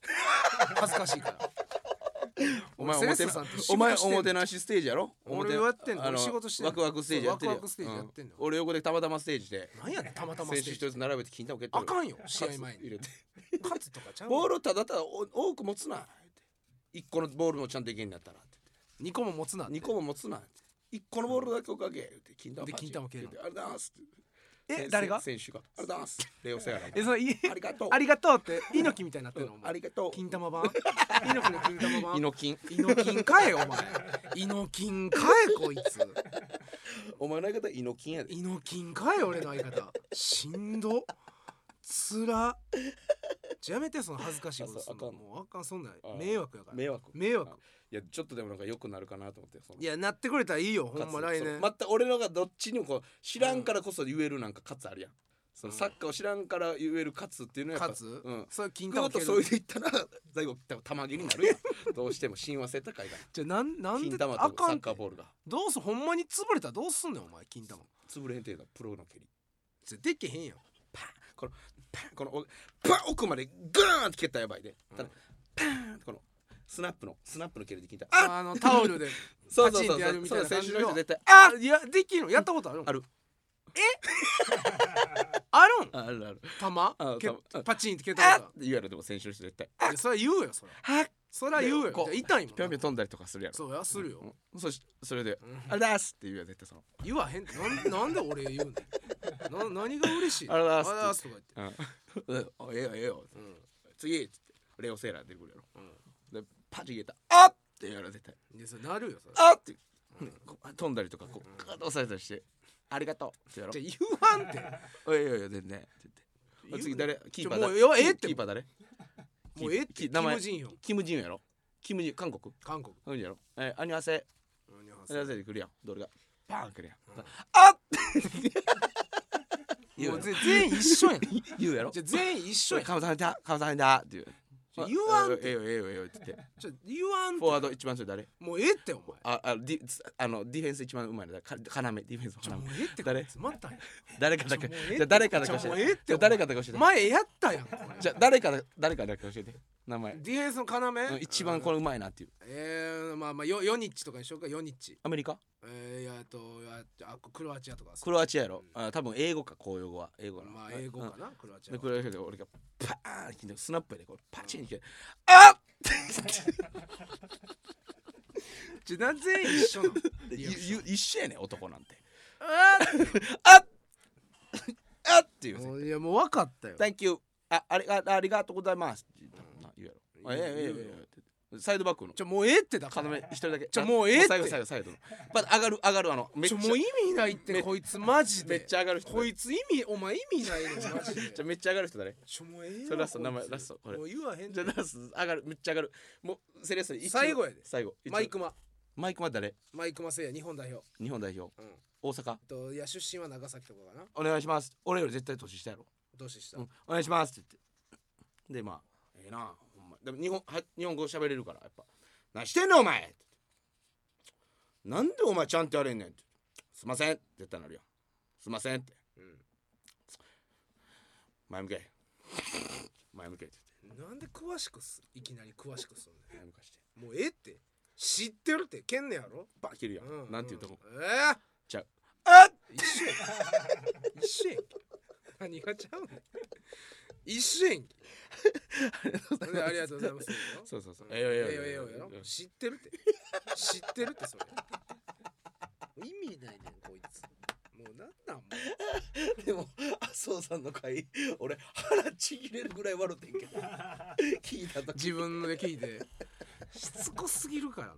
C: 恥ずかしいから
B: お前
C: セレッ
B: 表
C: ソ
B: な
C: さんと仕事
B: お前
C: してんの
B: 表なしステージやろ
C: 俺
B: 表
C: やってんの
B: あ
C: 俺仕事してんの
B: ワクワクステージやってるよ
C: そうワクワクステージやってんの
B: う俺横でたまたまステージで
C: なんやねんたまたま
B: 選手
C: ステー
B: 一
C: ジ
B: 人ずつ並べて金玉蹴って
C: あ
B: る
C: かんよ試合前
B: 入
C: に
B: れて
C: 勝つとかちゃう
B: ボールをただただお多く持つなって一個のボールもちゃんといけんだったらって
C: 2個も持つなって
B: 二個も持つなって一個のボールだけおかげって金玉
C: で
B: パチン
C: 金玉蹴るの
B: ってあれだーすって
C: え
B: せ
C: 誰が
B: 選手があれだーすレオセアラ
C: えそのい
B: ありがとう
C: ありがとうって猪木みたいになってるのお
B: あ
C: 前
B: りがとう
C: 金玉版猪木の金玉版
B: 猪金
C: 猪金かえお前猪金かえこいつ
B: お前の相方猪金やで
C: 猪金かえ俺の相方しんどつらじゃあやめてその恥ずかしいことすん
B: あそう
C: の
B: あかんの
C: もうあかんそんなん
B: あ
C: 迷惑やから
B: 迷惑
C: 迷惑
B: あいやちょっとでもなんか良くなるかなと思ってその
C: いやなってくれたらいいよほ
B: か
C: ん
B: つ
C: ま来
B: その
C: 年
B: また俺のがどっちにもこう知らんからこそ言えるなんかカツあるやんその
C: うん
B: サッカーを知らんから言えるカツっていうのはやっぱ
C: 勝つ
B: うん
C: それ金
B: グー
C: 玉
B: ッと
C: 蹴
B: それ
C: る
B: でいったら最後玉切りになる やんどうしても親和性高いか
C: じゃあなんな
B: ら
C: ん
B: 金
C: で
B: 玉
C: あ
B: とサ
C: かん
B: ッ
C: っ
B: カー
C: て
B: ボールが
C: どうすほんまに潰れたらどうすんねんお前金玉
B: 潰れへん程度プロの蹴り
C: 絶対できへんやん
B: このパンこのおパン奥までグーンって蹴ったらやばいでただパーンってこのスナップのスナップの蹴りで聞いたあ
C: あのタオルで
B: そうそ
C: パチ
B: う
C: ン
B: そ
C: って
B: うそ
C: やる
B: う
C: み
B: そ
C: たいうな感
B: 選手
C: じ
B: の
C: の
B: 人絶対
C: あいやできるのやったことあるの
B: ある
C: あるん
B: あるある
C: 玉
B: あ
C: け
B: 玉
C: パチンって蹴っ
B: あ
C: た
B: っ
C: こ
B: って言われでも選手の人絶対
C: とあるいやそれは言うよそれは
B: はっ
C: それは言うよ
B: こう
C: 痛いも
B: ぴょん
C: ん
B: ぴ
C: な
B: ょ
C: ん
B: 飛んだりとかするやろ
C: そうやするよ
B: うんそしそれで
C: うん
B: 「あれだーす」って言うやん絶対その
C: 言わへんってなんなんで俺言うねんな何が嬉しいの
B: ありがとう
C: あ
B: ご
C: り
B: ざいま
C: がとうございます
B: 「うんあええよええよ
C: とか言って」
B: 次」っつってレオセーラー出てくるや
C: うん
B: ろでパチン入れた「あっ!」って言われ絶対
C: うんでそれなるよそれ
B: 「あっ!」ってこう飛んだりとかこうガーッと押されたりして「ありがとう」ってやろ
C: じゃあ 言わんって
B: 「おいおいおい全然」って言って。あ次誰キーパー
C: もう
B: 誰
C: ええわええって
B: キーパー誰
C: もうええって
B: き
C: キ
B: 名前
C: ム・ジンヨン
B: キム・ジンやろキム・ジン韓国
C: 韓国
B: 韓国やろえー、アニュアセ
C: うん日本
B: アニュアセで来るやんどれがパーン来るやん、あっ言う
C: も
B: や
C: う
B: ろ
C: ぜ全員一緒やんじ
B: 言うやろ
C: ゃあ全員一緒
B: おい
C: やん
B: カムさんだカムさんだっていう
C: あ言わん
B: ええよええよええよって 言って
C: ちょ言わん
B: フォワード一番強い誰
C: もうええってお前
B: ああディあのディフェンス一番うまいのだか要ディフェンス
C: ちょ
B: 要
C: もうええって
B: 誰
C: 詰まったんや
B: 誰かだけ
C: ちょもうええって
B: じゃあ誰かだけ教
C: ちょもうええ
B: え
C: って
B: てじゃあ誰かだけ教
C: 前やった
B: えて
C: やんこれ
B: じゃあ誰かだ誰かだけ教えて名前
C: ディフェンスの
B: う
C: 要
B: ん一番これうまいなっていう
C: えー、まあまあよヨニッチとかにしようかヨニッチ
B: アメリカ
C: えー、いやえっとああクロアチアとか
B: クロアチアやろあ多分英語か公用語は英語な
C: まあ英語かな、クロアチア
B: で
C: は
B: これだけで俺がパーンって切ってスナップでこうパチンって切ってあっ
C: ちょな全員一緒なの
B: ゆゆ一緒やねん男なんて
C: あ
B: あっあっってい
C: ー
B: う
C: も
B: ね
C: ういやもう分かったよ
B: Thank you あありがありがとうございますって言ったもんな言うやろあええええええええサイドバックの
C: ちょもうええってだから
B: 要一人だけ
C: ちょもうええって
B: 最後最後最後のまだ上がる上がるあのめっ
C: ちょ
B: ちゃ
C: もう意味ないってこいつマジ
B: め
C: で
B: っちゃ上がる人
C: こいつ意味お前意味ないのマジで
B: じ ゃめっちゃ上がる人誰
C: ちょもうええわ
B: それラスト
C: こいつ
B: 名前ラストこれ
C: もう言わへん
B: じゃ
C: で
B: あラス上がるめっちゃ上がるもうセレッソ一応
C: 最後やで
B: 最後一応
C: マイクマ
B: マイクまで誰
C: マイクマせいや日本代表
B: 日本代表
C: うん
B: 大阪
C: えっといや出身は長崎とかかな
B: お願いします俺より絶対年下やろ
C: どうしした、
B: うんお願いしますって言ってでまあええなほんまでも日本は日本語喋れるからやっぱ何してんのお前ってなんでお前ちゃんとやれんねんってすいません絶対なるよすいませんって
C: う
B: 前向け前向けって
C: ん、なんで詳しくすいきなり詳しくすんねん
B: 言って前向かして
C: もうええって知ってるってけんねやろ、
B: バッ切るやん、
C: うん、
B: なんていうとこ、
C: うんえー
B: ちゃうあっ
C: 一緒やんけ一緒やんけ何がちゃうねん一緒やんけでありがとうございます
B: そうそうそう
C: え
B: え
C: え
B: えよええ
C: よ
B: よ
C: ええよええよ
B: ええよ
C: 知ってるって知ってるってそれ意味ないねんこいつもうなんなんもう
B: でも麻生さんの回俺腹ちぎれるぐらい笑ってん けど聞いた 時
C: 自分ので聞いてしつこすぎるからな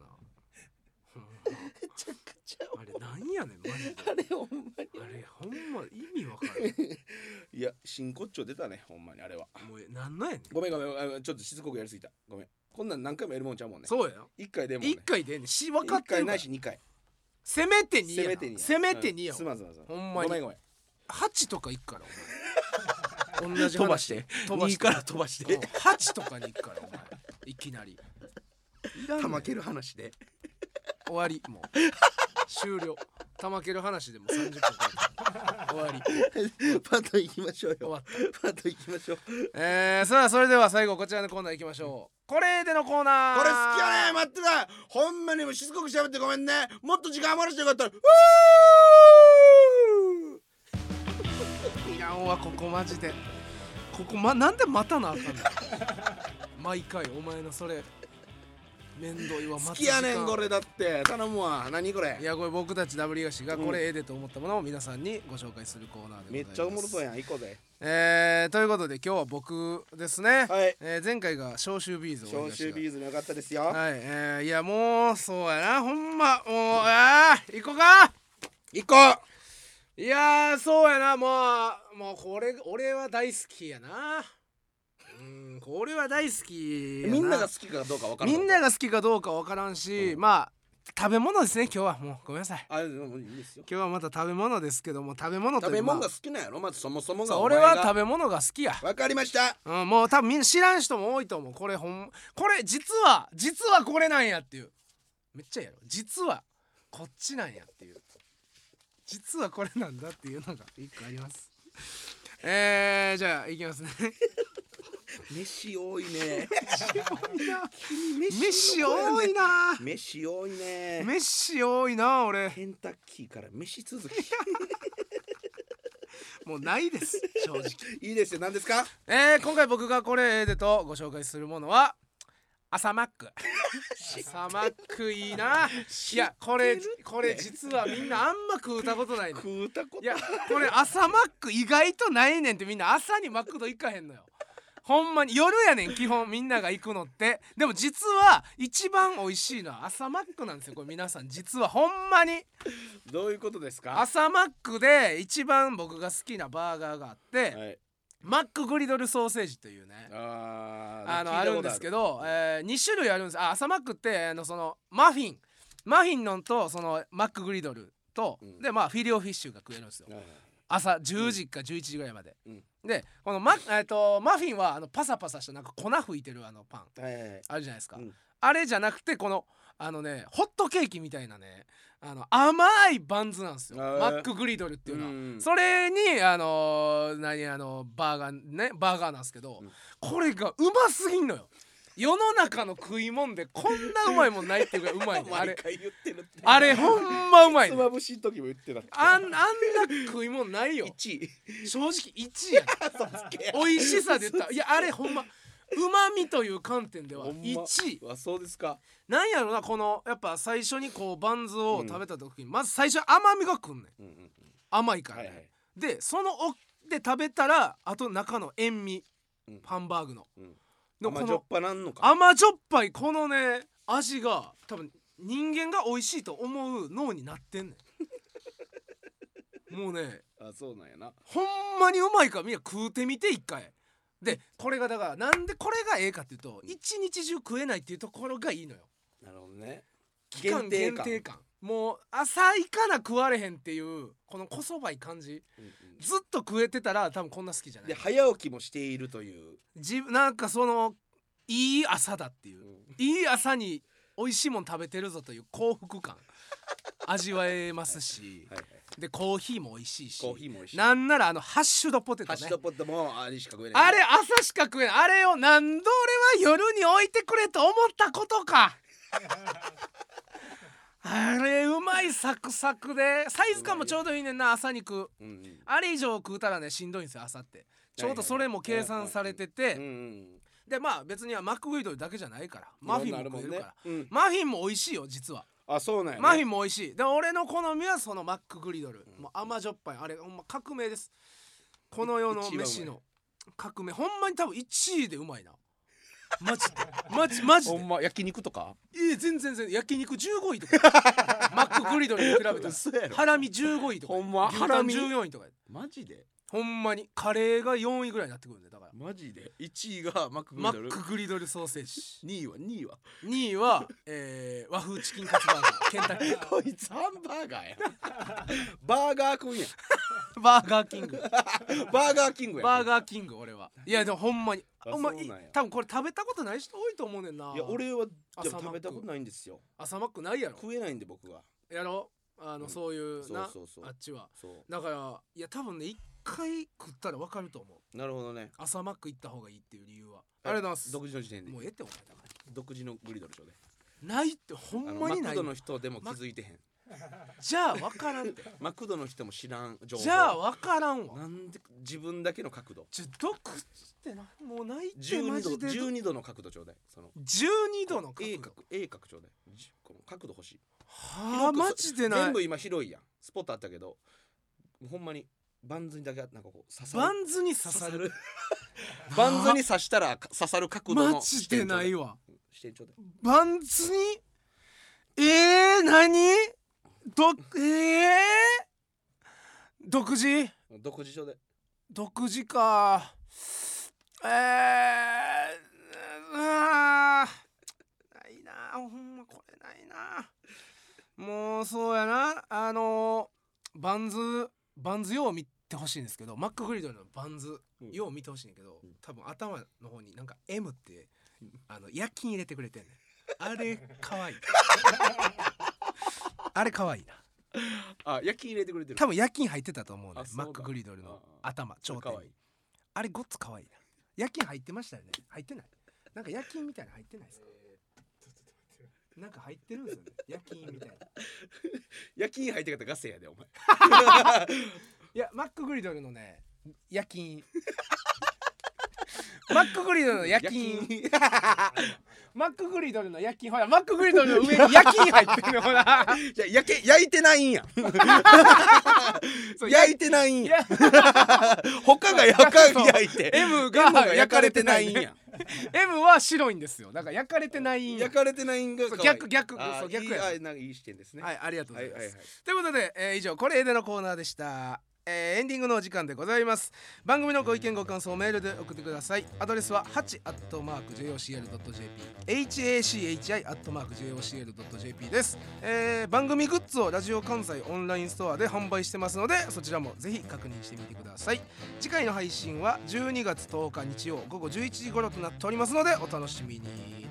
C: ほんま
B: めちゃくちゃ
C: あれなんやねんマジで
B: あれほんまに
C: あれほんま意味わからん
B: いや真骨頂出たねほんまにあれは
C: もうえなんなんやねん
B: ごめんごめんあちょっとしつこくやりすぎたごめんこんなん何回もやるもんちゃうもんね
C: そうやよ
B: 一回でもね
C: 一回でええねんし分かっ
B: 一
C: てる
B: 回
C: か
B: な
C: ら
B: いし二回
C: せめて2
B: せめ
C: や
B: てに
C: せめて2や
B: すまんすまんすまん
C: ほんまに
B: ごめんごめん
C: 8とか行くからお前同じ話
B: 飛ばして
C: 飛ばして
B: 二から飛ばして
C: 8とかに行くからお前いきなり
B: 玉ける話で
C: 終わりもう終了たまける話でもう30分 終わり
B: パッと行きましょう
C: 終わっ
B: パッと行きましょうこれ好
C: たえー、さあそれでは最後こちらのコーナー行きましょうこれでのコーナー
B: きやね待ってたほんまにもうしつこく喋ってごめんねもっと時間余らしてよかったらうー
C: いらんわここマジでここまなんで待たなあかんの 毎回お前のそれめんどいわ
B: 好
C: 待つ
B: き
C: 時間
B: やねんこれだって頼むわ何これ
C: いやこれ僕たち W 東がこれええでと思ったものを皆さんにご紹介するコーナーで
B: め
C: ござい
B: っ
C: ます
B: ちゃおもろそうやん行こうぜ
C: えー、ということで今日は僕ですね、
B: はい
C: えー前回が消臭ビーズを
B: 消臭ビ
C: ー
B: ーズもよかったですよ
C: はいえー、いやもうそうやなほんまもうあー行こうか
B: 行こう
C: いやーそうやなもうもうこれ俺は大好きやなうんこれは大好きや
B: みんなが好きかどうか分から
C: み
B: ない
C: んなが好きかどうかわからんし、まあ食べ物ですね今日はもうごめんなさい
B: あでもいいですよ
C: 今日はまた食べ物ですけども食べ物とい
B: 食
C: う
B: べ物
C: ま
B: が
C: あ
B: 好きなんやろまずそもそも
C: そ
B: が
C: う俺は食べ物が好きや
B: べわかりました
C: うん、もう多分みんな知らん人も多いと思うこれほんこれ実は実はこれなんやっていうめっちゃええやろ実はこっちなんやっていう実はこれなんだっていうのが一個ありますえー、じゃあいきますね
B: 飯多いね
C: 飯多いな
B: 飯多いね
C: 飯多いな俺
B: ケンタッキーから飯続き
C: もうないです正直
B: いいですよ何ですか
C: えー、今回僕がこれええでとご紹介するものは朝マック朝マックいいないやこれこれ実はみんなあんま食うたことないの
B: 食うたこ
C: いやこれ朝マック意外とないねんってみんな朝にマクド行かへんのよほんまに夜やねん基本みんなが行くのってでも実は一番美味しいのは朝マックなんですよこれ皆さん実はほんまに
B: どういうことですか
C: 朝マックで一番僕が好きなバーガーがあって、
B: はい
C: マックグリドルソーセージというね、
B: あー
C: あの
B: 聞
C: あ
B: いた
C: る
B: こ
C: ん
B: と
C: ですけど、えー、2種類あるんですあ朝マックってあのそのマフィンマフィンのんとそのマックグリドルと、
B: うん
C: でまあフィリオフィッシュが食えるんですよ
B: はい
C: 朝10時か11時ぐらいまで、
B: うん
C: でこのマ,、えっとマフィンはあのパサパサしたなんか粉吹いてるあのパン
B: はいはいはい
C: あるじゃないですか、
B: うん
C: あれじゃなくてこのあのねホットケーキみたいなねあの甘いバンズなんですよ
B: へー
C: マックグリドルっていうのは、
B: うん
C: それにあのー何あのバーガーねバーガーなんですけど、
B: うん
C: これがうますぎんのよ世の中の食い物でこんなうまいもんないっていうぐらいう まいねあ
B: 毎
C: れ
B: 回言ってるって
C: あれほんまうまい、
B: つ
C: ね、
B: まぶしい時も言ってた
C: あんあんな食い物ないよ
B: 1位
C: 正直1位やね美味しさで言ったらいやあれほんまうまみという観点では
B: ほんま
C: 1位
B: あそうですか
C: なんやろなこのやっぱ最初にこうバンズを食べた時に、まず最初甘みがくんねん
B: うんうんうん
C: 甘いから
B: は
C: ね、
B: いはい
C: でそのおで食べたらあと中の塩味
B: うん
C: ハンバーグの、
B: うん
C: の
B: ま
C: こ
B: あじょっ
C: の
B: ぱなんのか
C: 甘じょっぱいこのね味が多分人間が美味しいと思う脳になってんねん もうね
B: あそうなんやな
C: ほんまにうまいからみんな食うてみて一回でこれがだからなんでこれがええかっていうと一日中食えないっていうところがいいのよ
B: なるほどね
C: 期間限定感
B: 限定
C: もう朝いかな食われへんっていうこのこそばい感じ
B: うんうん
C: ずっと食えてたら多分こんな好きじゃな
B: で
C: い
B: 早起きもしているという
C: 自なんかそのいい朝だっていううんいい朝に美味しいもん食べてるぞという幸福 感味わえますし
B: はいはい
C: でコーヒーも美味しいし
B: コーヒーも美味しい
C: なんならあのハッシュドポテト
B: ハッ
C: ね
B: シュドポットもあれしか食えない
C: あれ朝しか食えないあれを何度俺は夜に置いてくれと思ったこと かあれうまいサクサクでサイズ感もちょうどいいねんな朝肉
B: うんうん
C: あれ以上食うたらねしんどいんですよ朝ってちょうどそれも計算されて
B: うん
C: て
B: うん
C: でまあ別にはマックグリドルだけじゃないからマフィンも食えるか
B: いろんな
C: ら
B: あもんねうん
C: マフィンも美味しいよ実は
B: あそうなんやね
C: マフィンも美味しいで俺の好みはそのマックグリドル、もう甘じょっぱいあれほんま革命ですこの世の飯の革命ほんまに多分1位でうまい なマジでマジマジ
B: ほ
C: で
B: んま焼肉とか
C: いや全然全然焼肉15位とかマックグリドルに比べたら
B: 嘘やろ
C: ハラミ15位とか
B: ほんま
C: ハ
B: ハ
C: ラ
B: ラ
C: ミ
B: ミ
C: 14位とか
B: マジで
C: ほんまにカレーが4位ぐらいになってくるんでだから
B: マジで1位がマックグ
C: マ
B: リド
C: ッ
B: ル
C: クグリドルソーセージ
B: 2位は2位は
C: 2位は、えー、和風チキンカツバーガ ーケンタッキー
B: こいつハンバーガーやバーガー食うんや
C: バーガーキング
B: バーガーキングや
C: バーガーキング俺はいやでもほんまに
B: あ
C: ほんま
B: そうなんや
C: い多分これ食べたことない人多いと思うねんない
B: や俺はでも
C: 朝マック
B: 食べたことないんですよ
C: 朝マックないやろ
B: 食えないんで僕は
C: やろあの、
B: うん
C: そういうな
B: そうそうそう
C: あっちは
B: そう
C: だからいや多分ね一回食ったら分かると思う
B: なるほどね
C: 朝マック行った方がいいっていう理由はありがとうござい
B: 独
C: ま
B: 自の時点
C: す
B: で
C: もうええってお前だか
B: 独自のグリドルショーで
C: らないってほ
B: あ
C: ん
B: の
C: ま
B: マ
C: にな
B: ク
C: い
B: ドの人でも気づいてへん
C: じゃあ分からんって
B: マクドの人も知らん情報
C: じゃあ分からんわ
B: なんで自分だけの角度
C: ちょ毒ってなもうないってマ
B: 12度
C: ジで
B: 12度の角度ちょうだいその
C: 12度の角
B: A
C: 度
B: 角 A 角ちょうだいじこの角度欲しい
C: はあマジでない
B: 全部今広いやんスポットあったけどほんまにバンズにだけなんかこう刺
C: バ
B: さる
C: ン ズに刺さる
B: バンズに刺したらか刺さる角度
C: マ
B: の
C: ジでない
B: よ
C: わ
B: 視点ちょうだい
C: バンズにえー、何どえー、独自
B: 独自上で
C: 独自かえー、うわーないなほんまこれないなもうそうやなあのバンズバンズよう見てほしいんですけどマックグリドルのバンズ
B: うん
C: よう見てほしいんだけど、
B: うん
C: 多分頭の方になんか M ってあの夜勤入れてくれてんねんあれかわいいあれかわいいな
B: あ夜勤入れてくれてる
C: 多分夜勤入ってたと思うね
B: あそう
C: マ
B: だ
C: ックグリドルの
B: ああ
C: 頭頂
B: か
C: 点
B: わい
C: に
B: い
C: あれごっつ可愛いな。夜勤入ってましたよね。入ってない。なんか夜勤みたいなの入ってないですか。なんか入ってるんですよね。夜勤みたいな。
B: 夜勤入ってきたらガセやでお前
C: いや、マックグリドルのね、夜勤。 マックグリドルの夜勤。
B: 夜勤
C: マックグリドルの夜勤。ほら、マックグリドルの上 に夜勤入ってるの。ほら。
B: じゃ焼け焼いてないんや
C: そう
B: 焼いてないんや
C: や
B: 他が焼か焼いて
C: M が
B: M が焼かれてないんや
C: M は白いんですよ。だから焼かれてないんや
B: 焼かれてないんが可愛い
C: 逆逆
B: あー
C: そう逆
B: いい
C: や
B: あーなんかいい視点ですね
C: はい、ありがとうござ
B: はい
C: い
B: は
C: ま
B: いは
C: す
B: い。
C: ということで、えー以上「これでのコーナーでした。えーエンディングのお時間でございます番組のご意見ご感想をメールで送ってくださいアドレスは 8-jocl.jp hachi-jocl.jp です、えー番組グッズをラジオ関西オンラインストアで販売してますのでそちらもぜひ確認してみてください次回の配信は12月10日日曜午後11時頃となっておりますのでお楽しみに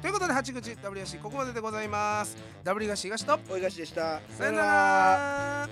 C: ということで八口 W しここまででございます W が東と
B: おいがしでした
C: さよなら